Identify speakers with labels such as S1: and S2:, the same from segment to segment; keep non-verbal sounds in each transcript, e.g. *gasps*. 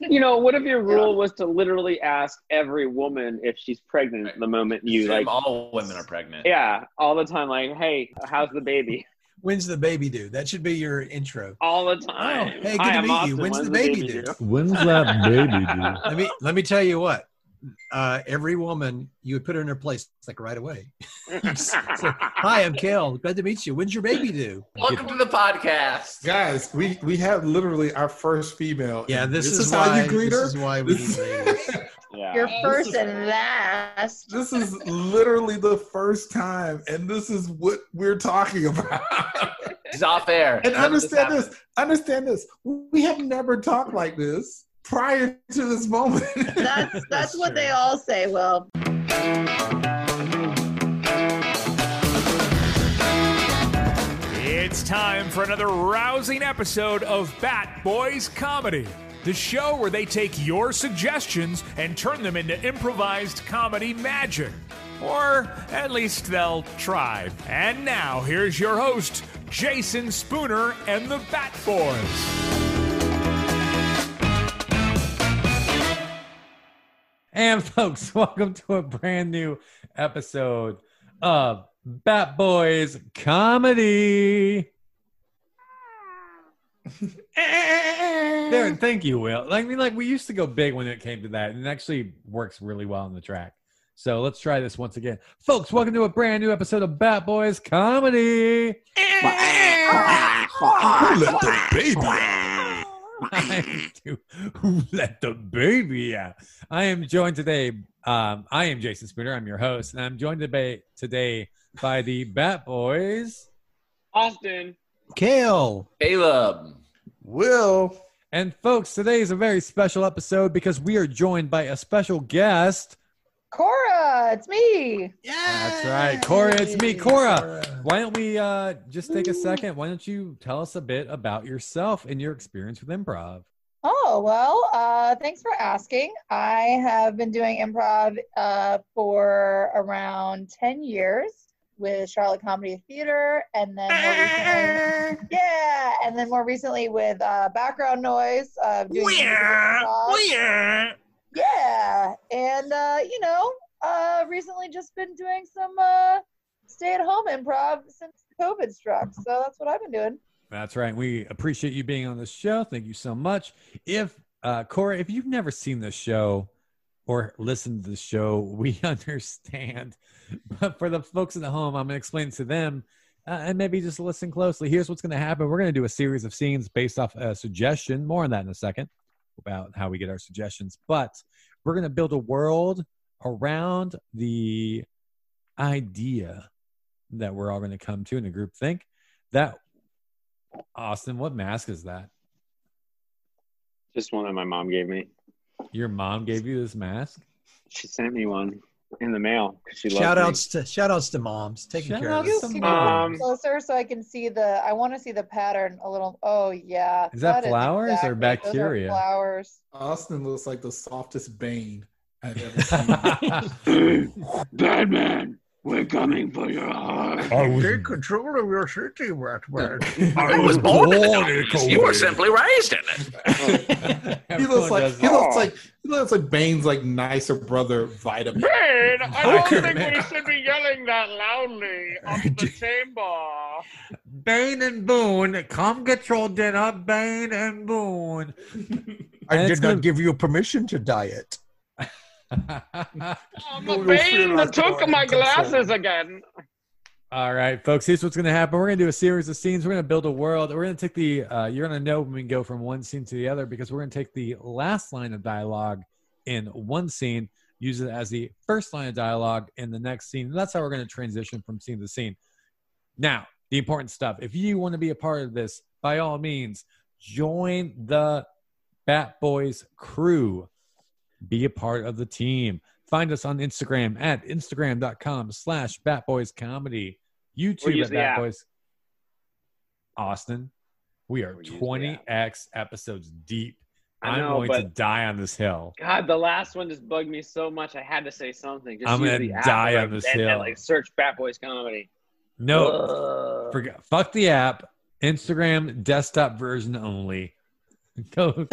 S1: you know, what if your rule was to literally ask every woman if she's pregnant
S2: Right.
S1: the moment you
S2: Assume
S1: like,
S2: all women are pregnant.
S1: yeah, all the time, like, hey, how's the baby? *laughs*
S3: When's the baby due? That should be your intro.
S1: All the
S3: Oh,
S1: time.
S3: hey, good
S1: Hi,
S3: to
S1: I'm
S3: meet you.
S1: Austin.
S3: When's the baby, due?
S4: When's
S3: *laughs*
S4: that baby due?
S3: Let me let me tell you what. Uh, every woman you would put her in her place like right away. *laughs* So, Hi, I'm Kale. Glad to meet you. When's your baby due?
S2: Welcome to the podcast.
S5: Guys, we we have literally our first female.
S3: Yeah, this,
S5: is,
S3: is,
S5: how
S3: why,
S5: you greet
S3: this
S5: her.
S3: is why we need ladies.
S1: Yeah.
S6: Your
S1: Yeah.
S6: first and last.
S5: *laughs* this is literally the first time, and this is what we're talking about.
S2: It's off air.
S5: and
S2: None of
S5: understand
S2: happened.
S5: this. Understand this. We have never talked like this prior to this moment. *laughs*
S6: That's that's
S3: That's
S6: what
S3: true.
S6: they all say. Well,
S7: It's time for another rousing episode of Bat Boys Comedy, the show where they take your suggestions and turn them into improvised comedy magic. Or at least they'll try. And now, here's your host, Jason Spooner and the Bat Boys.
S8: And *laughs* folks, welcome to a brand new episode of Bat Boys Comedy. Darren, thank you, Will. I mean, like we used to go big when it came to that, and it actually works really well on the track. So let's try this once again. *laughs* Folks, welcome to a brand new episode of Bat Boys Comedy.
S5: Let the baby
S8: *laughs* I do. Who let the baby out? I am joined today. Um, I am Jason Spooner. I'm your host, and I'm joined today today by the Bat Boys.
S1: Austin.
S3: Kale.
S2: Caleb.
S5: Will.
S8: And folks, today is a very special episode because we are joined by a special guest.
S6: Cora, it's me.
S3: Yeah.
S8: That's right, Cora. It's me, Cora. Why don't we uh, just take a second? Why don't you tell us a bit about yourself and your experience with improv?
S6: Oh, well, uh, thanks for asking. I have been doing improv uh, for around 10 years with Charlotte Comedy Theater and then more recently, yeah, and then more recently with uh, Background Noise. Uh, doing music and improv. Yeah, and uh, you know, uh, recently just been doing some uh, stay-at-home improv since COVID struck. So that's what I've been doing.
S8: That's right. We appreciate you being on the show. Thank you so much. If uh, Cora, if you've never seen the show or listened to the show, *laughs* we understand. But for the folks at home, I'm going to explain to them uh, and maybe just listen closely. Here's what's going to happen. We're going to do a series of scenes based off a suggestion. More on that in a second about how we get our suggestions. But we're going to build a world around the idea that we're all going to come to in a group think that Austin, what mask is that?
S1: Just one that my mom gave me.
S8: Your mom gave you this mask?
S1: She sent me one in the mail because she
S3: Shout
S1: loves
S3: outs to shout outs to moms taking
S8: Shout
S3: care
S8: outs
S3: of
S8: to
S3: us.
S6: Can you
S8: mom.
S1: Um,
S6: closer so I can see the. I want to see the pattern a little. Oh yeah.
S8: Is that flowers or
S6: those are
S8: bacteria?
S6: flowers.
S5: Austin looks like the softest Bane I've ever seen.
S1: me.
S5: *laughs*
S1: *laughs* Batman, we're coming for your heart.
S3: Take control of your city, Ratman.
S7: I was born in the You were simply raised in it.
S5: he looks like he
S1: Oh.
S5: looks like he looks like Bane's like nicer brother Vitamin.
S1: Bane, I don't
S5: could
S1: think we
S5: imagine.
S1: should be yelling that loudly on
S2: *laughs*
S1: the chamber.
S8: Bane and Boone, come get your dinner, Bane and Boone.
S3: I
S8: And
S3: did
S8: it's
S3: not
S8: gonna-
S3: give you permission to diet.
S1: I'm
S5: You'll feel
S1: a Bane
S5: like
S1: that took
S5: you're
S1: my
S5: in control.
S1: glasses again.
S8: *laughs* All right, folks, here's what's going to happen. We're going to do a series of scenes. We're going to build a world. We're going to take the, uh, you're going to know when we go from one scene to the other because we're going to take the last line of dialogue in one scene, use it as the first line of dialogue in the next scene. And that's how we're going to transition from scene to scene. Now, the important stuff. If you want to be a part of this, by all means, join the Bat Boys crew. Be a part of the team. Find us on Instagram at instagram.com slash Bat Boys Comedy. YouTube
S1: use
S8: at
S1: the
S8: Bat
S1: app.
S8: Boys. Austin, we are
S1: Or use the
S8: 20x episodes deep.
S1: I
S8: I'm
S1: know,
S8: going
S1: but
S8: to die on this hill.
S1: God, the last one just bugged me so much. I had to say something. Just
S8: I'm
S1: use
S8: gonna
S1: the app
S8: die
S1: and,
S8: on this
S1: and,
S8: hill.
S1: And, like search Bat Boys comedy.
S8: No,
S1: Ugh.
S8: forget, fuck the app. Instagram desktop version only. *laughs* Go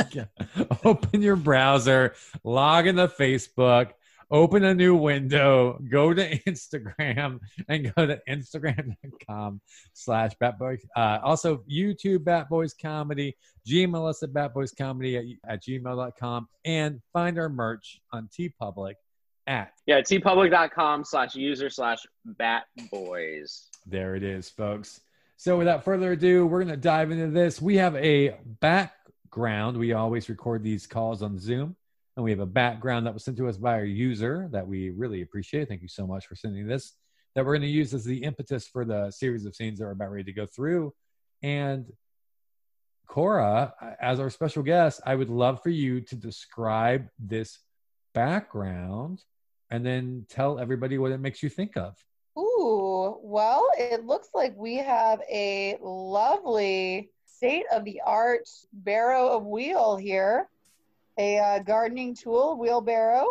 S8: open your browser, log into Facebook, open a new window, go to *laughs* Instagram, and go to Instagram.com slash Batboys. Uh, also, YouTube Bat Boys Comedy, Gmail us at batboyscomedy at, at gmail.com, and find our merch on TeePublic at
S9: Yeah, tpublic.com slash user slash bat boys.
S8: There it is, folks. So without further ado, we're going to dive into this. We have a background. We always record these calls on Zoom, and we have a background that was sent to us by our user that we really appreciate. Thank you so much for sending this. That we're going to use as the impetus for the series of scenes that we're about ready to go through. And Cora, as our special guest, I would love for you to describe this background and then tell everybody what it makes you think of.
S6: Ooh, well, it looks like we have a lovely state of the art barrow of wheel here, a uh, gardening tool wheelbarrow.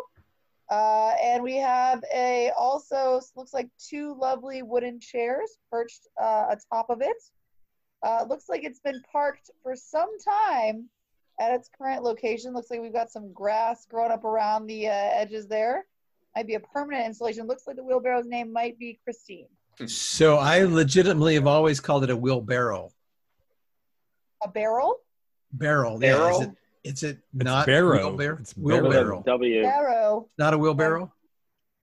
S6: Uh, and we have a also s- looks like two lovely wooden chairs perched uh, atop of it. Uh, looks like it's been parked for some time at its current location. Looks like we've got some grass growing up around the uh, edges there might be a permanent installation. Looks like the wheelbarrow's name might be Christine.
S3: So I legitimately have always called it a wheelbarrow.
S6: A barrel?
S3: Barrel. Oh, Yeah, is
S9: Barrel?
S3: it, is it not
S8: barrow.
S3: wheelbarrow?
S8: It's barrow.
S3: wheelbarrow.
S9: W.
S6: Barrow.
S3: Not a wheelbarrow?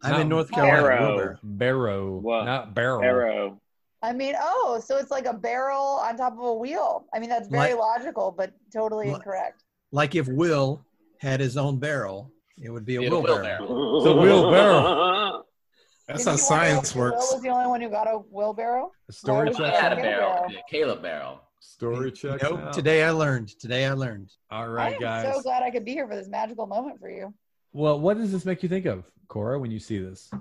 S3: I'm in
S8: No.
S3: North Carolina.
S9: Barrow.
S3: Wheelbarrow.
S8: Barrow,
S9: Whoa.
S8: not barrel.
S9: Arrow.
S6: I mean, oh, so it's like a barrel on top of a wheel. I mean, that's very
S3: Like-
S6: logical, but totally
S3: Like-
S6: incorrect.
S3: Like if Will had his own barrel, it would be a
S2: Be a
S3: wheelbarrow.
S2: wheelbarrow.
S9: The
S1: *laughs*
S2: Uh-huh.
S8: wheelbarrow.
S5: That's
S6: Didn't
S5: how
S6: you
S5: science
S6: wonder if
S5: works.
S6: Will was the only one who got a wheelbarrow.
S8: A Story
S6: Why would
S8: check.
S2: I
S6: Yeah.
S2: had a barrel. Yeah, Caleb barrel.
S7: Story check.
S3: Nope. Today I learned. Today I learned.
S8: All
S6: I
S8: right,
S6: am
S8: guys.
S6: so glad I could be here for this magical moment for you.
S8: well, what does this make you think of, Cora, when you see this?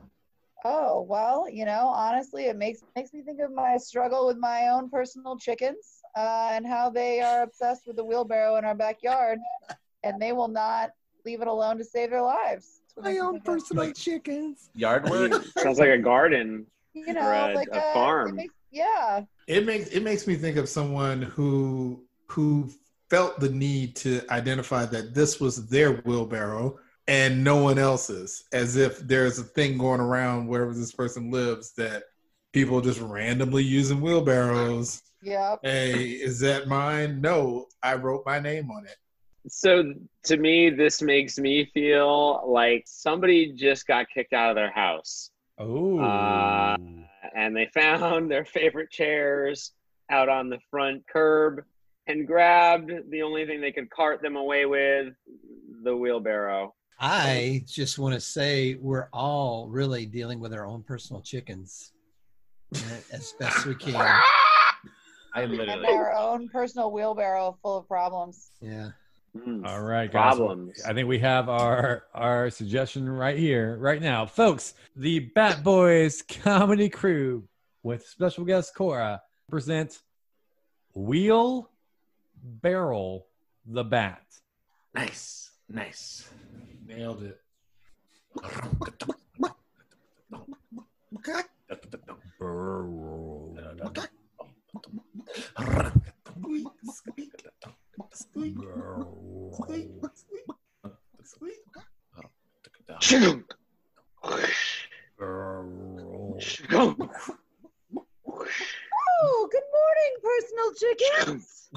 S6: Oh well, you know, honestly, it makes makes me think of my struggle with my own personal chickens uh, and how they are obsessed with the wheelbarrow in our backyard, and they will not leave it alone to save their lives. It's what
S3: My
S6: makes me
S3: own
S6: think of-
S3: personal chickens.
S2: Yard work.
S9: Sounds like a garden.
S6: you know,
S9: Right,
S6: like
S9: a
S6: uh, it
S9: farm.
S6: makes- yeah,
S5: It makes it makes me think of someone who who felt the need to identify that this was their wheelbarrow and no one else's, as if there's a thing going around wherever this person lives that people just randomly using wheelbarrows.
S6: yeah.
S5: Hey, is that mine? No, I wrote my name on it.
S9: So to me, this makes me feel like somebody just got kicked out of their house
S8: Oh,
S9: Uh, and they *laughs* found their favorite chairs out on the front curb and grabbed the only thing they could cart them away with the wheelbarrow.
S3: I just want to say we're all really dealing with our own personal chickens uh, as best we can.
S2: I
S6: And
S2: literally.
S6: our own personal wheelbarrow full of problems.
S3: Yeah.
S9: Mm.
S8: all right, guys.
S9: Problems.
S8: I think we have our our suggestion right here, right now, folks. The Bat Boys comedy crew with special guest Cora present Wheel Barrel the Bat.
S2: Nice. Nice.
S5: Nailed it.
S9: Shoo.
S6: Oh, good morning, personal chickens.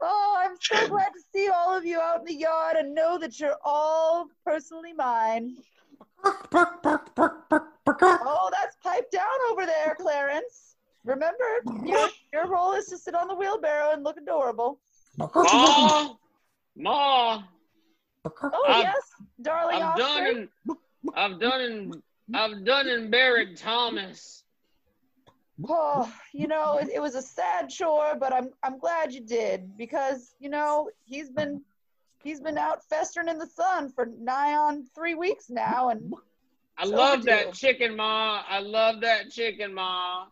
S6: Oh, I'm so glad to see all of you out in the yard and know that you're all personally mine. Oh, that's piped down over there, Clarence. Remember, your, your role is to sit on the wheelbarrow and look adorable.
S9: Ma, ma,
S6: Oh,
S9: I'm-
S6: yes, darling
S9: I've done
S6: Oscar.
S9: and I've done and I've done and buried Thomas.
S6: Oh, you know, it, it was a sad chore, but I'm I'm glad you did because you know he's been he's been out festering in the sun for nigh on three weeks now, and
S9: I
S6: So
S9: love
S6: do you.
S9: that chicken, ma. I love that chicken, ma.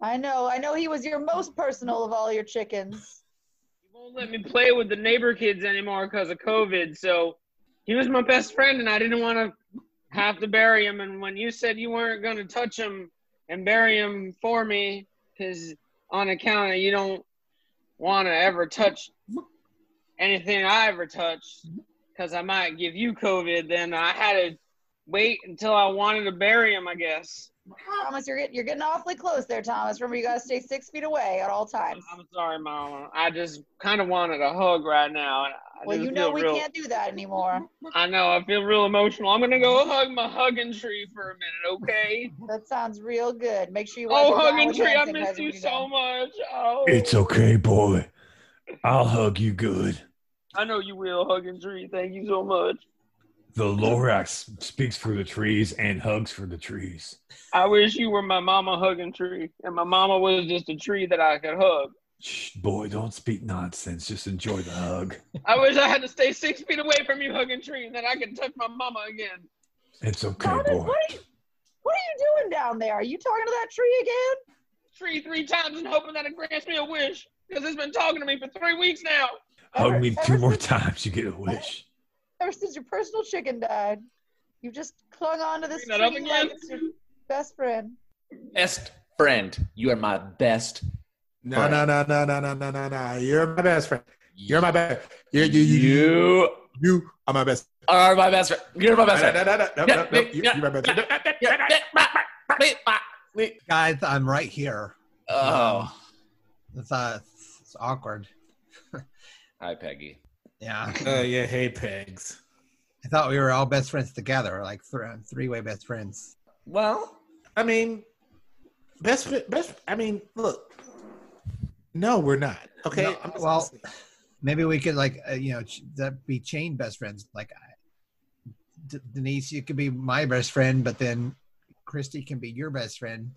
S6: I know I know he was your most personal of all your chickens.
S9: He won't let me play with the neighbor kids anymore because of COVID. So he was my best friend, and I didn't want to have to bury him. And when you said you weren't going to touch him and bury him for me, because on account of you don't want to ever touch anything I ever touched
S6: Mm-hmm.
S9: because I might give you COVID. Then I had to wait until I wanted to bury him, I guess.
S6: Thomas, you're getting you're getting awfully close there, Thomas. Remember, you gotta stay six feet away at all times.
S9: I'm sorry, Mama. I just kind of wanted a hug right now. And I
S6: Well,
S9: just
S6: you know
S9: feel
S6: we
S9: real,
S6: can't do that anymore.
S9: I know. I feel real emotional. I'm gonna go hug my hugging tree for a *laughs* minute, okay?
S6: That sounds real good. Make sure you watch
S9: oh,
S6: your
S9: hugging
S6: Howard
S9: tree, I
S6: Hanson guys
S9: missed
S6: when
S9: you
S6: go.
S9: so much. Oh,
S7: It's okay, boy. I'll hug you good.
S9: I know you will, hugging tree. Thank you so much.
S7: The Lorax speaks for the trees and hugs for the trees.
S9: I wish you were my mama hugging tree, and my mama was just a tree that I could hug.
S7: Shh, boy, don't speak nonsense. Just enjoy the hug.
S9: I wish I had to stay six feet away from you, hugging tree, and then I could touch my mama again.
S7: It's okay,
S6: Thomas,
S7: boy.
S6: what are, you, what are you doing down there? Are you talking to that tree again?
S9: Tree three times and hoping that it grants me a wish, because it's been talking to me for three weeks now.
S7: Hug
S6: Ever-
S7: me
S6: ever
S7: two more
S6: since-
S7: times. You get a wish.
S6: Ever since your personal chicken died, you've just clung on to this
S9: Bring that up
S6: tree like
S9: again?
S6: it's your best friend.
S2: Best friend. You are my best.
S5: No, no, no, no, no, no, no, no, no. You're my best friend. You're my best. You're, you, you, you,
S2: You
S5: you are my best.
S2: are my best friend. You're my best
S5: No,
S2: friend.
S5: no, no, no, no, no, no. You- You're my best. friend.
S3: Guys, I'm right here.
S2: Oh.
S3: It's, uh, it's awkward.
S2: Hi, Peggy.
S3: Yeah.
S5: Oh yeah, hey pegs.
S3: I thought we were all best friends together, like th- three way best friends.
S2: Well,
S5: I mean, best, fri- best. I mean, look. No, we're not. Okay.
S3: No,
S5: I'm just
S3: well-
S5: listening.
S3: Maybe we could, like, uh, you know, ch- that be chain best friends. Like, I, D- Denise, you could be my best friend, but then Christy can be your best friend,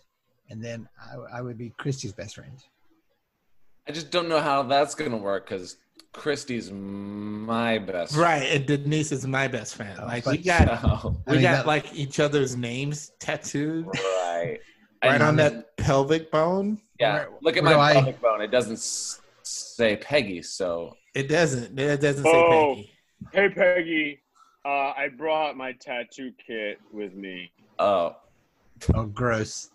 S3: and then I, I would be Christy's best friend. *laughs*
S2: I just don't know how that's going to work because Christy's my best
S5: right, and Denise is my best friend.
S3: Oh,
S5: Like
S3: but-
S5: we
S2: friend.
S5: got,
S2: So,
S3: I
S5: we
S3: mean,
S5: got
S3: that-
S5: like each other's names tattooed right
S2: right. And-
S5: on that pelvic bone.
S2: Yeah.
S3: Where-
S2: Look at
S3: where
S2: my
S3: do I-
S2: pelvic bone. It doesn't s- say Peggy, so
S5: It doesn't. It doesn't say
S9: Oh.
S5: Peggy.
S9: Hey, Peggy. Uh, I brought my tattoo kit with me.
S2: oh,
S3: Oh,
S2: *laughs*
S3: gross.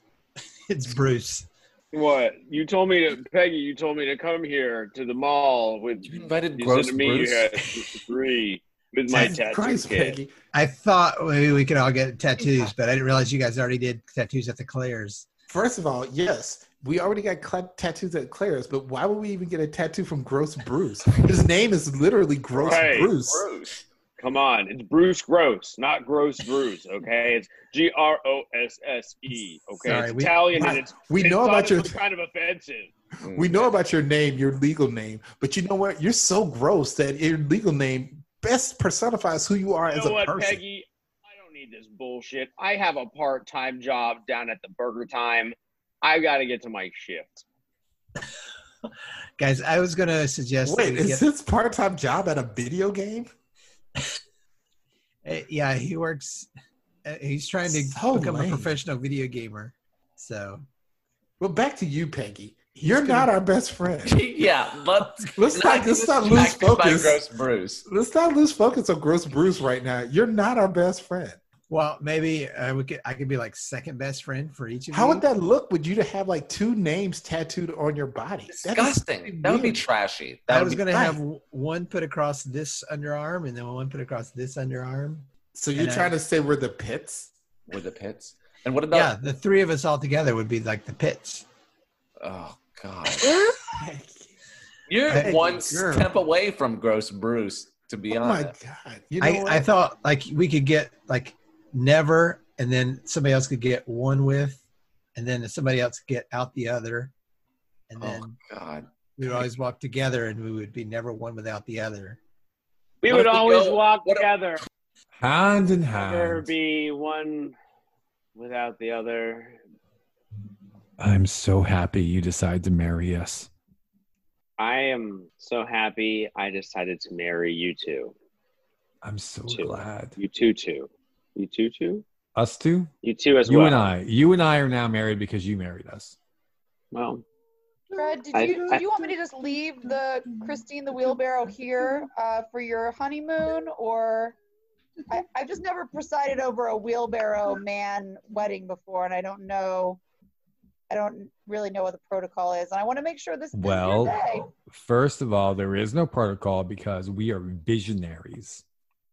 S3: it's Bruce.
S9: What you told me to, Peggy? You told me to come here to the mall with
S2: you invited
S9: You
S2: Gross
S9: said to me
S2: Bruce.
S9: you had three with my
S3: Jesus
S9: tattoo
S5: Christ,
S9: kit.
S5: Peggy.
S3: I thought maybe we could all get tattoos, but I didn't realize you guys already did tattoos at the Claire's.
S5: First of all, yes, we already got cla tattoos at Claire's, but why would we even get a tattoo from Gross Bruce? *laughs* His name is literally Gross
S9: Right.
S5: Bruce.
S9: Come on, it's Bruce Gross, not Gross Bruce. Okay, it's G R O S S E. Okay,
S3: Sorry,
S9: it's
S3: we-
S9: Italian
S5: Wow.
S9: and it's
S5: We
S9: it's
S5: know about your
S9: obviously kind of offensive.
S5: we know about your name, your legal name, but you know what? You're so gross that your legal name best personifies who you are
S9: You
S5: as
S9: know
S5: a
S9: what,
S5: person.
S9: Peggy? I don't need this bullshit. I have a part-time job down at the Burger Time. I got to get to my shift.
S3: Guys, I was going to suggest. that
S5: Wait,
S3: we
S5: is
S3: get-
S5: this part-time job at a video game?
S3: Uh, yeah, he works. Uh, he's trying to
S5: So
S3: become
S5: lame.
S3: a professional video gamer. So
S5: Well, back to you, Peggy. You're not our *laughs* best friend.
S2: yeah, let's
S5: Let's not let's not lose
S2: distracted by
S5: focus.
S2: Gross Bruce.
S5: Let's not lose focus on Gross Bruce right now. You're not our best friend.
S3: well, maybe uh, we could. I could be like second best friend for each of
S5: How
S3: you.
S5: would that look? Would you to have like two names tattooed on your body? That is
S2: Disgusting. That would be
S5: weird.
S2: trashy.
S3: *laughs* I
S2: That would
S3: was
S2: be
S3: going to have w- one put across this underarm and then one put across this underarm.
S5: So you're
S3: And uh, I-
S5: trying to say we're the pits?
S2: with the pits. And what about?
S3: Yeah, the three of us all together would be like the pits.
S2: Oh God, *laughs*
S5: oh
S2: you're
S3: Hey,
S2: one
S5: girl. Oh
S2: step away from Gross Bruce. To be
S5: my
S2: honest,
S5: god! You know
S3: I,
S5: what?
S3: I thought like we could get like never, and then somebody else could get one with, and then somebody else could get out the other, and
S2: Oh.
S3: then
S2: God,
S3: we would always walk together, and we would be never one without the other.
S9: We
S2: What
S9: would
S2: if we
S9: always
S2: go-
S9: walk
S2: what if-
S9: together.
S8: Hand in
S9: Never
S8: hand.
S9: be one without the other.
S8: I'm so happy you decide to marry us.
S9: I am so happy I decided to marry you two.
S8: I'm so
S9: Two.
S8: glad.
S9: You two two. You two two? *laughs*
S8: Us two?
S9: You two as
S8: You
S9: well.
S8: and I. You and I are now married because you married us.
S9: Well,
S6: Fred, did
S9: I-
S6: you,
S9: I-
S6: do you want me to just leave the Christine the wheelbarrow here uh, for your honeymoon, or I, I've just never presided over a wheelbarrow man wedding before, and I don't know I don't really know what the protocol is, and I want to make sure this is
S8: Well,
S6: your day.
S8: First of all, there is no protocol because we are visionaries,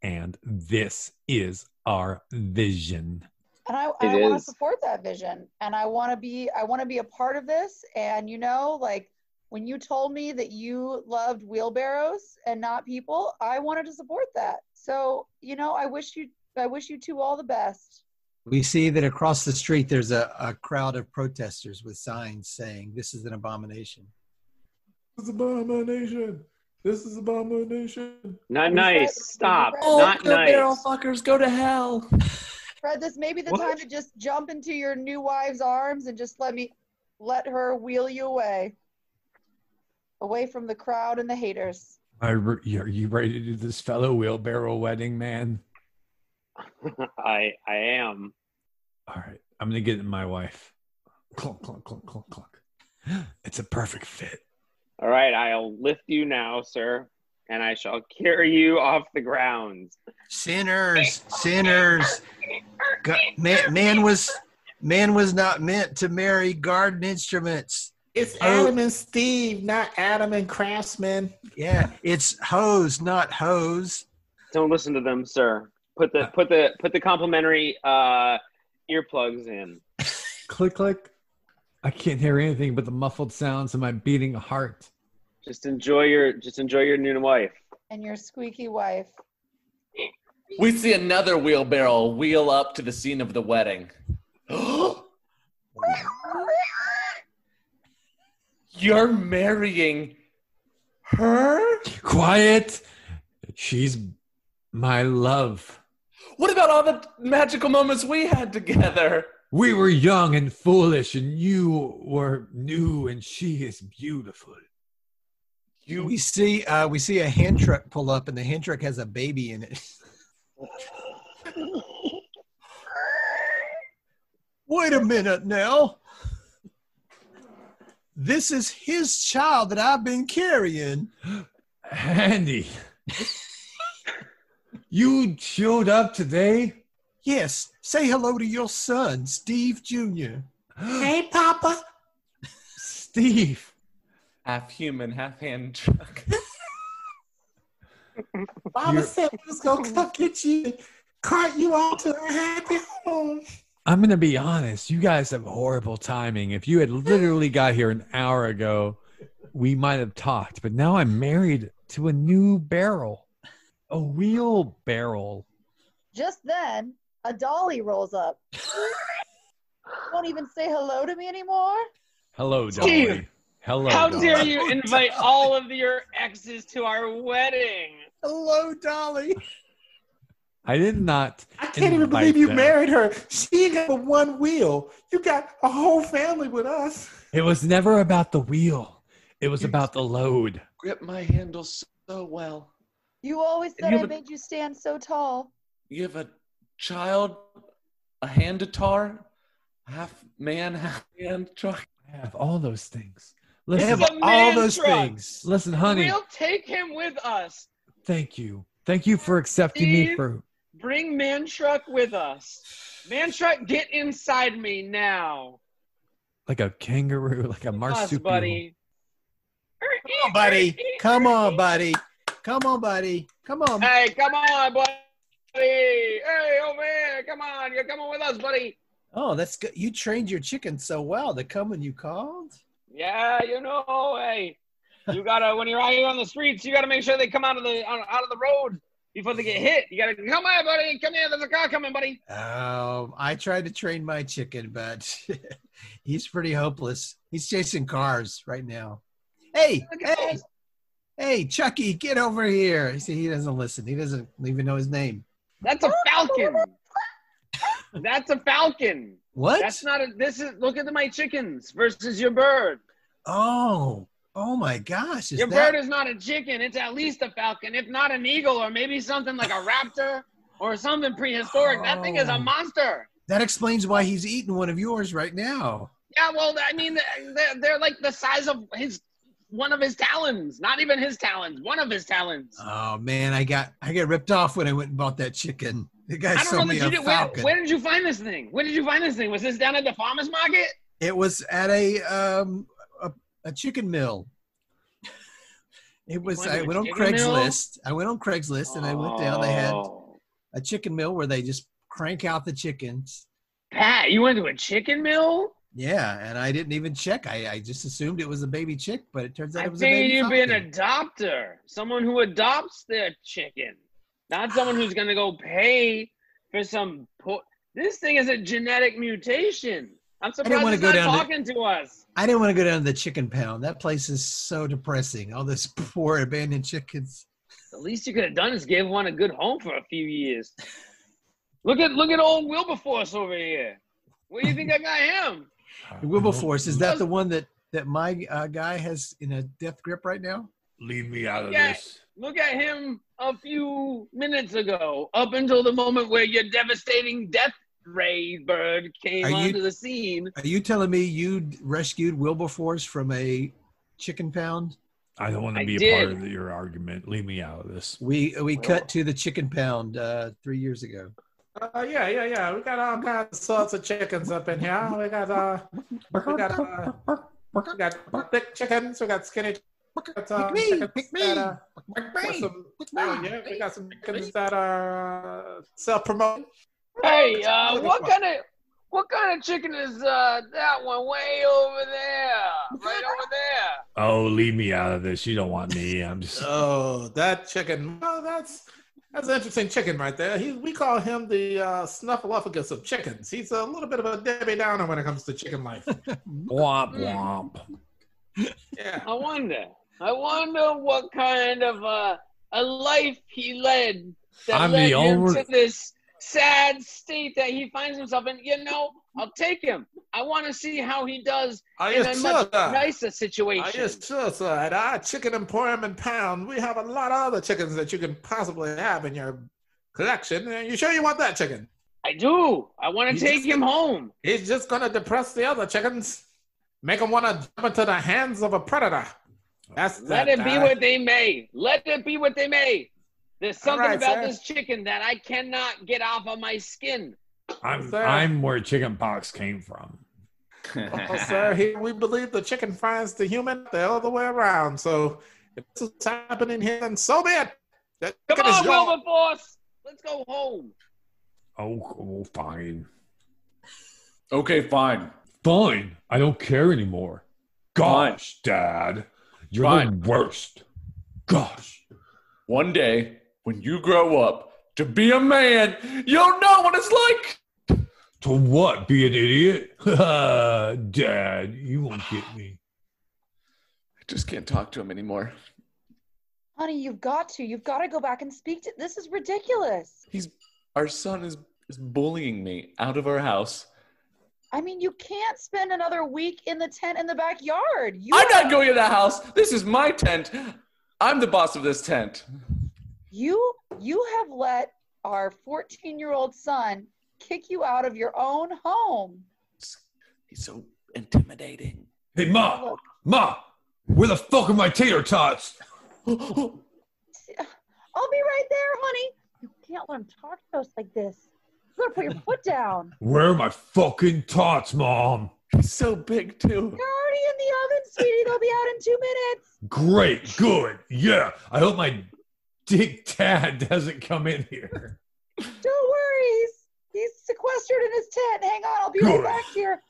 S8: and this is our vision.
S6: and I,
S9: It
S6: I want to
S9: is.
S6: support that vision, and I want to be I want to be a part of this. And you know, like when you told me that you loved wheelbarrows and not people, I wanted to support that. So you know, I wish you I wish you two all the best.
S3: We see that across the street there's a, a crowd of protesters with signs saying, This is an abomination.
S5: This is abomination. This is abomination.
S9: Not
S6: Who's right?
S9: nice.
S6: Who's
S9: Stop.
S6: right? Oh,
S9: Not nice.
S2: fuckers, go to hell.
S6: Fred, this may be the
S9: What?
S6: time to just jump into your new wife's arms and just let me let her wheel you away. Away from the crowd and the haters.
S8: Are you- are you ready to do this fellow wheelbarrow wedding,
S7: *gasps*
S8: man?
S9: I I am.
S8: All right, I'm gonna get it in my wife. Clunk, clunk, clunk, clunk, clunk. *gasps* It's a perfect fit.
S9: All right, I'll lift you now, sir, and I shall carry you off the grounds.
S3: Sinners, sinners. Go- man, man was man was not meant to marry garden instruments.
S5: It's
S3: Oh.
S5: Adam and Steve, not Adam and Craftsman.
S3: Yeah, it's hose, not hose.
S9: Don't listen to them, sir. Put
S8: Uh,
S9: the put the put the complimentary uh, earplugs in.
S8: Click, click. I can't hear anything but the muffled sounds of my beating heart.
S9: Just enjoy your just enjoy your new wife.
S6: And your squeaky wife.
S2: We see another wheelbarrow wheel up to the scene of the wedding. You're marrying her?
S8: Quiet. She's my love.
S2: What about all the magical moments we had together?
S8: We were young and foolish, and you were new, and she is beautiful.
S3: We see uh, we see a hand truck pull up, and the hand truck has a baby in it. *laughs* Wait a minute now. This is his child that I've been carrying.
S8: *gasps* Andy, you showed up today?
S3: Yes, say hello to your son, Steve
S8: *gasps*
S3: Jr.
S8: Hey, Papa. Steve,
S2: Half human, half hand *laughs* truck.
S5: Mama
S8: You're-
S5: said we was gonna come get you, cart you all to a happy home.
S8: I'm going to be honest. You guys have horrible timing. If you had literally got here an hour ago, we might have talked, but now I'm married to a new barrel, a wheel barrel.
S6: Just then, a dolly rolls
S10: *laughs*
S6: up. Won't even say hello to me anymore.
S8: Hello,
S9: Steve,
S8: Dolly. Hello.
S9: How
S8: Dolly.
S9: dare you invite all of your exes to our wedding?
S3: Hello, Dolly. *laughs*
S8: I did not.
S5: I can't even
S8: Invite
S5: believe you
S8: them.
S5: married her. She ain't got but one wheel. You got a whole family with us.
S8: It was never about the wheel. It was about the load.
S2: Grip my handle so well.
S6: You always said
S2: You
S6: I
S2: have a-
S6: made you stand so tall.
S2: You have a child, a hand guitar, half man, half hand truck.
S8: I have all those things.
S3: They
S8: Listen,
S3: have
S9: The
S3: all
S9: man
S3: those
S9: truck.
S3: things.
S8: listen, honey.
S9: We'll take him with us.
S8: Thank you. Thank you for accepting me
S9: Steve?
S8: for
S9: Bring Mantruck with us. Mantruck, get inside me now.
S8: like a kangaroo, *laughs* like a
S9: Us,
S8: marsupial.
S9: buddy.
S3: Come on, buddy. Come on, buddy. Come on, buddy. Come on.
S9: Hey, come on, buddy. Hey, over here. Come on. You're coming with us, buddy.
S3: Oh, that's good. You trained your chicken so well to come when you called.
S9: Yeah, you know, hey. You gotta when you're out here on the streets, you gotta make sure they come out of the out out of the road before they get hit. You gotta come on, buddy, come here. There's a car coming, buddy.
S3: Um, I tried to train my chicken, but *laughs* he's pretty hopeless. He's chasing cars right now. Hey, hey, hey, Chucky, get over here. You See, he doesn't listen. He doesn't even know his name.
S9: That's a
S3: *laughs*
S9: falcon. That's a falcon.
S3: What?
S9: That's not a. This is look at my chickens versus your bird.
S3: oh, oh my gosh. Is
S9: your
S3: that,
S9: bird is not a chicken. It's at least a falcon, if not an eagle, or maybe something like a
S3: *laughs*
S9: raptor or something prehistoric. That thing is
S3: Oh.
S9: a monster.
S3: that explains why he's eating one of yours right now.
S9: Yeah, well, I mean, they're, they're like the size of his one of his talons. Not even his talons. One of his talons.
S3: Oh man, I got I got ripped off when I went and bought that chicken. The guy
S9: I
S3: sold
S9: don't know
S3: me
S9: that you
S3: a
S9: did. Where,
S3: falcon.
S9: where did you find this thing? Where did you find this thing? Was this down at the farmers market?
S3: It was at a um a, a chicken mill. It was.
S9: went to
S3: I
S9: a
S3: went on
S9: chicken mill? Oh.
S3: Craigslist. I went on Craigslist and I went down. They had a chicken mill where they just crank out the chickens.
S9: Pat, you went to a chicken mill?
S3: Yeah, and I didn't even check. I, I just assumed it was a baby chick, but it turns out
S9: I
S3: it was a
S9: figured
S3: baby.
S9: you'd be an
S3: falcon.
S9: adopter, someone who adopts their chicken, not someone who's going to go pay for some. Po- this thing is a genetic mutation. I'm surprised
S3: wanna
S9: it's
S3: go
S9: not
S3: down to-
S9: talking to us.
S3: I didn't want to go down to the chicken pound. That place is so depressing. All this *laughs* poor abandoned chickens.
S9: The least you could have done is give one a good home for a
S3: *laughs*
S9: few years. look at look at old Wilberforce over here. What do you think I got him?
S7: Mm-hmm.
S3: Wilberforce is that the one that that my uh, guy has in a death grip right now?
S7: Leave me out of
S9: Yeah.
S7: this.
S9: Look at him a few minutes ago, up until the moment where your devastating death ray bird came
S3: Are you-
S9: onto the scene.
S3: Are you telling me you rescued Wilberforce from a chicken pound?
S7: I don't want to
S9: I
S7: be a
S9: did.
S7: part of your argument. Leave me out of this.
S3: We we cut to the chicken pound uh, three years ago.
S10: Uh, yeah, yeah, yeah. We got all kinds of sorts of chickens up in here. We got uh, we got uh, we got thick chickens. We got skinny. We got, uh,
S3: Pick me,
S10: chickens
S3: pick me,
S10: that, uh,
S3: pick
S10: got
S3: me,
S10: some-
S3: pick me.
S10: oh, yeah, we got some chickens that are uh, self-promoting. *laughs*
S9: Hey, uh, what kind of what kind of chicken is uh, that one way over there? Right over there.
S7: Oh, leave me out of this. You don't
S10: *laughs*
S7: want me. I'm just.
S10: Oh, that chicken. Oh, that's that's an interesting chicken right there. He, we call him the uh, snuffleupagus of chickens. He's a little bit of a Debbie Downer when it comes to chicken
S9: *laughs*
S10: life.
S7: Womp womp.
S10: Yeah.
S9: I wonder. I wonder what kind of uh, a life he led that
S7: I'm
S9: led
S7: the
S9: him
S7: only-
S9: to this sad state that he finds himself in. You know, I'll take him. I want to see how he does
S10: Are you
S9: in a
S10: sure,
S9: much
S10: sir?
S9: nicer
S10: Are
S9: situation.
S10: you sure, sir? At our chicken emporium and pound, we have a lot of other chickens that you can possibly have in your collection. Are you sure you want that chicken?
S9: I do. I want
S10: You
S9: to take
S10: just-
S9: him home.
S10: He's just going to depress the other chickens, make them want to jump into the hands of a predator. That's that,
S9: Let it be
S10: uh,
S9: what they may. Let it be what they may. There's
S10: All
S9: something
S10: right,
S9: about
S10: sir.
S3: *laughs*
S9: this chicken that I cannot get off of my skin.
S7: I'm
S10: Sir.
S7: I'm where chicken pox came from.
S10: *laughs* Oh, sir, here we believe the chicken finds the human the other way around. So if this is happening here, then so be it. That
S9: Come
S10: chicken is
S9: on,
S10: yours.
S9: Wilberforce. Let's go home.
S7: Oh, oh, fine,
S2: Okay, fine.
S7: fine. I don't care anymore. Gosh, Dad, you're
S2: Fine.
S7: the worst. Gosh.
S2: One day, when you grow up to be a man, you'll know what it's like.
S7: To what? Be an idiot? *laughs* Dad, you won't get me.
S2: I just can't talk to him anymore.
S11: Honey, you've got to. You've got to go back and speak to. This is ridiculous.
S2: He's our son is is bullying me out of our house.
S11: I mean, you can't spend another week in the tent in the backyard. You
S2: I'm
S11: are-
S2: not going to that house. This is my tent. I'm the boss of this tent.
S11: You you have let our 14-year-old son kick you out of your own home.
S2: He's so intimidating.
S7: Hey, Ma,
S11: Look,
S7: Ma, where the fuck are my tater tots?
S11: I'll be right there, honey. You can't let him talk to us like this. You gotta put your foot down.
S7: Where are my fucking tots, Mom?
S2: He's *laughs* so big too.
S11: They're already in the oven, sweetie. They'll be out in two minutes.
S7: Great, good, yeah. I hope my dick dad *laughs* doesn't come in here.
S11: Don't worry. He's, he's sequestered in his tent. Hang on, I'll be right
S7: Good.
S11: back here.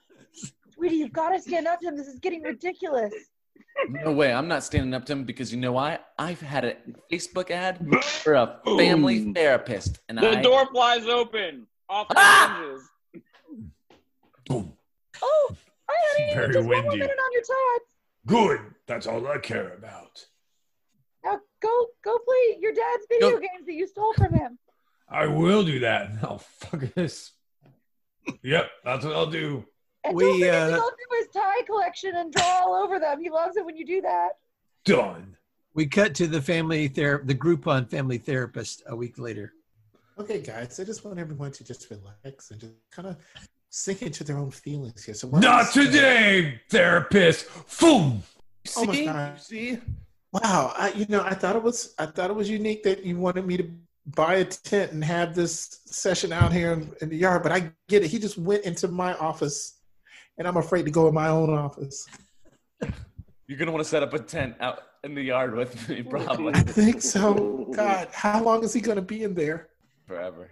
S11: Sweetie, you've got to stand up to him. This is getting ridiculous.
S2: No way. I'm not standing up to him because you know why? I've had a Facebook ad for a family
S9: Boom.
S2: therapist, and
S9: The
S2: I
S9: door flies open. Off the
S2: Ah!
S9: hinges.
S7: Boom.
S11: Oh, hi, honey.
S7: Very
S11: Just one more
S7: windy.
S11: minute on your tots.
S7: Good. That's all I care about.
S11: Now go, go play your dad's video
S2: Go-
S11: games that you stole from him.
S7: I will do that. No, fuck this. Yep, that's what I'll do.
S11: And
S3: We,
S11: don't forget
S3: uh,
S11: to go through his tie collection and draw all over them. He loves it when you do that.
S7: Done.
S3: We cut to the family ther- the Groupon family therapist a week later.
S10: Okay, guys, I just want everyone to just relax and just kind of sink into their own feelings here. So why don't
S7: Not
S10: you-
S7: today, therapist. Boom.
S2: see.
S10: Oh my God.
S2: You see?
S10: Wow, I, you know, I thought it was I thought it was unique that you wanted me to buy a tent and have this session out here in, in the yard, but I get it. He just went into my office
S5: and I'm afraid to go in my own office.
S2: You're gonna want to set up a tent out in the yard with me, probably
S5: I think so. God, how long is he going to be in there?
S2: forever.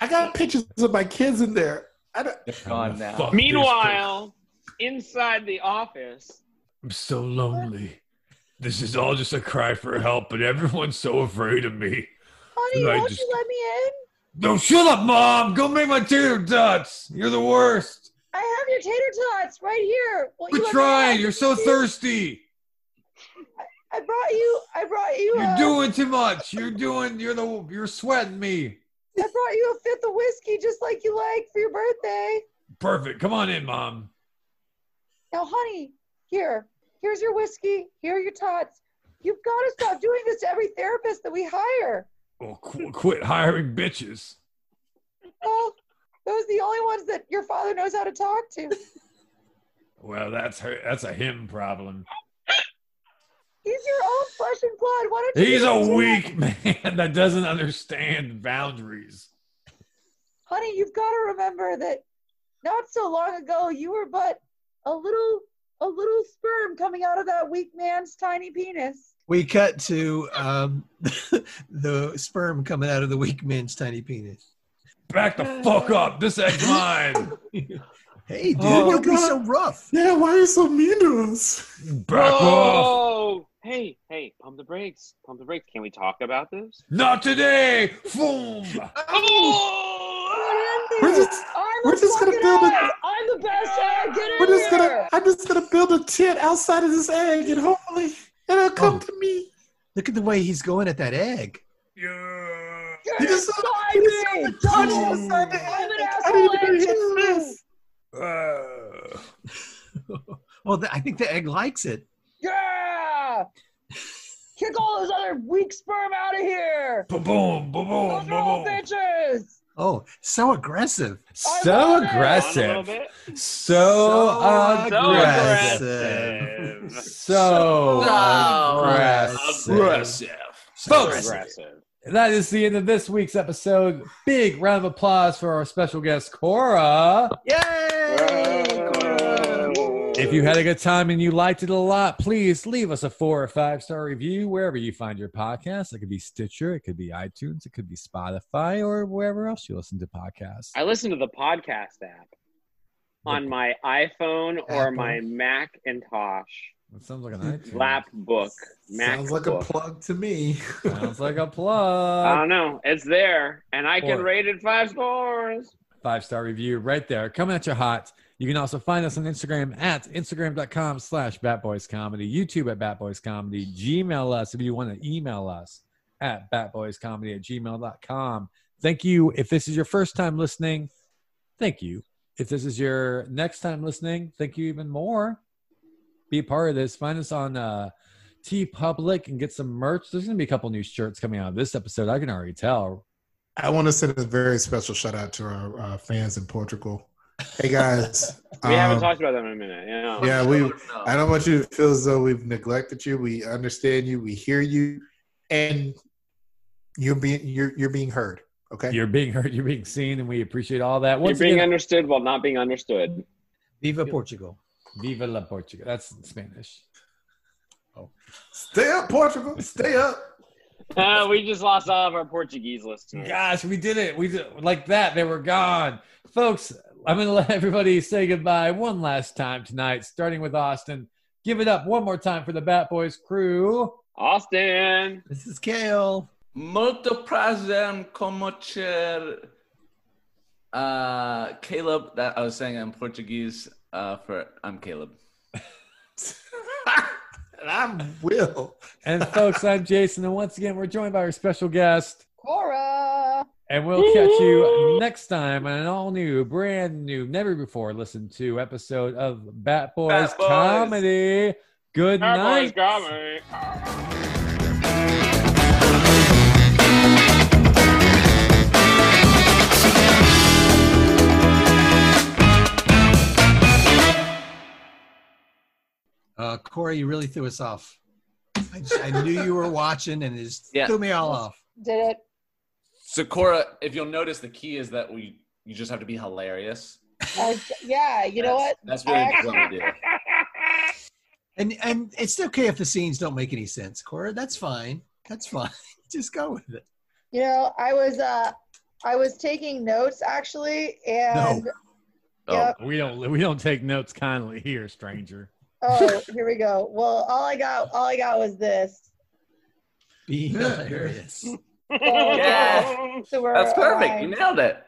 S5: I got pictures of my kids in there. I don't,
S2: They're gone now.
S7: Fuck this
S1: Meanwhile, inside the office,
S7: place. I'm so lonely. This is all just a cry for help, but everyone's so afraid of me.
S11: Honey,
S7: Right,
S11: won't
S7: just-
S11: you let me in?
S7: No, shut up, mom. Go make my tater tots. You're the worst.
S11: I have your tater tots right here. Will you let
S7: Quit
S11: me
S7: trying.
S11: in?
S7: You're so thirsty.
S11: I brought you. I brought you.
S7: You're
S11: a-
S7: doing too much. You're doing. You're the. You're sweating me.
S11: I brought you a fifth of whiskey, just like you like for your birthday.
S7: Perfect. Come on in, mom.
S11: Now, honey, here, here's your whiskey. Here are your tots. You've got to stop doing this to every therapist that we hire.
S7: Oh, qu- quit hiring bitches.
S11: Well, those are the only ones that your father knows how to talk to.
S7: Well, that's her. That's a him problem.
S11: He's your own flesh and blood. Why don't you?
S7: He's
S11: give him
S7: a
S11: to
S7: weak *laughs* man that doesn't understand boundaries.
S11: honey, you've got to remember that not so long ago you were but a little a little sperm coming out of that weak man's tiny penis.
S3: We cut to um, *laughs* the sperm coming out of the weak man's tiny penis.
S7: Back the fuck up. This ain't mine.
S3: *laughs* Hey, dude,
S5: Oh my
S3: don't be
S5: God.
S3: so rough.
S5: yeah, why are you so mean to us?
S7: Back off.
S1: Whoa! Hey, hey, pump the brakes. Pump the brakes. Can we talk about this?
S7: Not today. Boom.
S5: We're just,
S11: I'm
S5: We're
S11: the
S5: just gonna
S11: fucking
S5: build a-
S11: eye. I'm the best eye. Get in
S5: we're just
S11: here.
S5: gonna, I'm just gonna build a tent outside of this egg, and hopefully it'll come
S3: Oh.
S5: to me.
S3: Look at the way he's going at that egg.
S7: Yeah.
S5: You
S11: You're
S5: just-
S11: inside
S5: you
S11: me.
S5: just-
S11: Touch
S5: Ooh.
S11: me. I'm an
S5: I didn't
S11: asshole
S5: even
S11: egg
S5: hit
S11: too.
S5: this.
S7: Uh,
S3: *laughs* well, the, I think the egg likes it.
S11: Yeah. Kick all those other weak sperm out of here.
S7: boom, boom, boom,
S11: Those
S7: boom,
S11: are all
S7: boom.
S11: bitches.
S3: Oh, so aggressive.
S11: love
S8: So
S11: it.
S1: On a little
S8: aggressive.
S1: bit?
S8: So,
S1: So aggressive.
S8: aggressive. So
S2: So
S8: aggressive. Folks,
S1: Aggressive.
S8: that is the end of this week's episode. Big round of applause for our special guest, Cora. If you had a good time and you liked it a lot, please leave us a four or five star review wherever you find your podcast. It could be Stitcher, it could be iTunes, it could be Spotify, or wherever else you listen to podcasts.
S1: I listen to the podcast app on my iPhone or my Macintosh
S8: That sounds like an iTunes.
S1: lap book.
S5: Hmm.
S1: Mac
S5: Sounds like a
S1: book.
S5: plug to me.
S8: Sounds like
S5: *laughs*
S8: a
S1: I
S8: plug.
S1: don't know. It's there, and I can
S8: Or-
S1: rate it five stars.
S8: Five star review right there. Coming at you hot. You can also find us on Instagram at Instagram.com slash Bat Boys Comedy, YouTube at Bat Boys Comedy, Gmail us if you want to email us at batboyscomedy at gmail.com. Thank you. If this is your first time listening, thank you. If this is your next time listening, thank you even more. Be a part of this. Find us on uh, T Public and get some merch. There's going to be a couple new shirts coming out of this episode. I can already tell.
S5: I want to send a very special shout out to our uh, fans in Portugal. Hey guys,
S1: *laughs* We haven't
S5: um,
S1: talked about that in a minute. Yeah.
S5: Yeah, we.
S2: No.
S5: I don't want you to feel as though we've neglected you. We understand you. We hear you, and you're being you're you're being heard. Okay.
S8: You're being heard, you're being seen, and we appreciate all that.
S1: You're
S8: Once
S1: being
S8: again,
S1: understood while not being understood.
S3: Viva Portugal.
S8: Viva la Portugal. That's Spanish.
S5: Oh. Stay up, Portugal. Stay up.
S1: Uh, *laughs* we just lost all of our Portuguese listeners.
S8: Gosh, we did it. We did, like that. They were gone, folks. I'm gonna let everybody say goodbye one last time tonight, starting with Austin. Give it up one more time for the Bat Boys crew.
S1: Austin.
S3: This is Kale.
S2: Molto prazer conocer uh, Caleb. That I was saying in Portuguese. Uh, for I'm Caleb.
S5: and I will.
S8: And folks, I'm Jason, and once again, we're joined by our special guest.
S11: Cora.
S8: And we'll catch you next time on an all new, brand new, never before listened to episode of Bat Boys,
S2: Bat Boys.
S8: Comedy. Good night.
S1: Everybody's coming.
S3: Uh, Corey, you really threw us off. I, just, I knew you were watching and it just
S2: Yeah.
S3: threw me all off.
S11: Did it.
S2: So Cora, if you'll notice, the key is that we you just have to be hilarious.
S6: I- yeah, you know what?
S10: That's really
S6: I
S10: what I did.
S3: And and it's okay if the scenes don't make any sense, Cora. That's fine. That's fine. *laughs* Just go with it.
S6: You know, I was uh, I was taking notes actually, and
S10: Oh,
S8: We don't we don't take notes kindly here, stranger.
S6: oh, here we go. Well, all I got, all I got was this.
S3: Be hilarious.
S10: *laughs*
S6: So,
S10: Yeah.
S6: so we're
S10: that's perfect.
S6: aligned.
S10: You nailed it.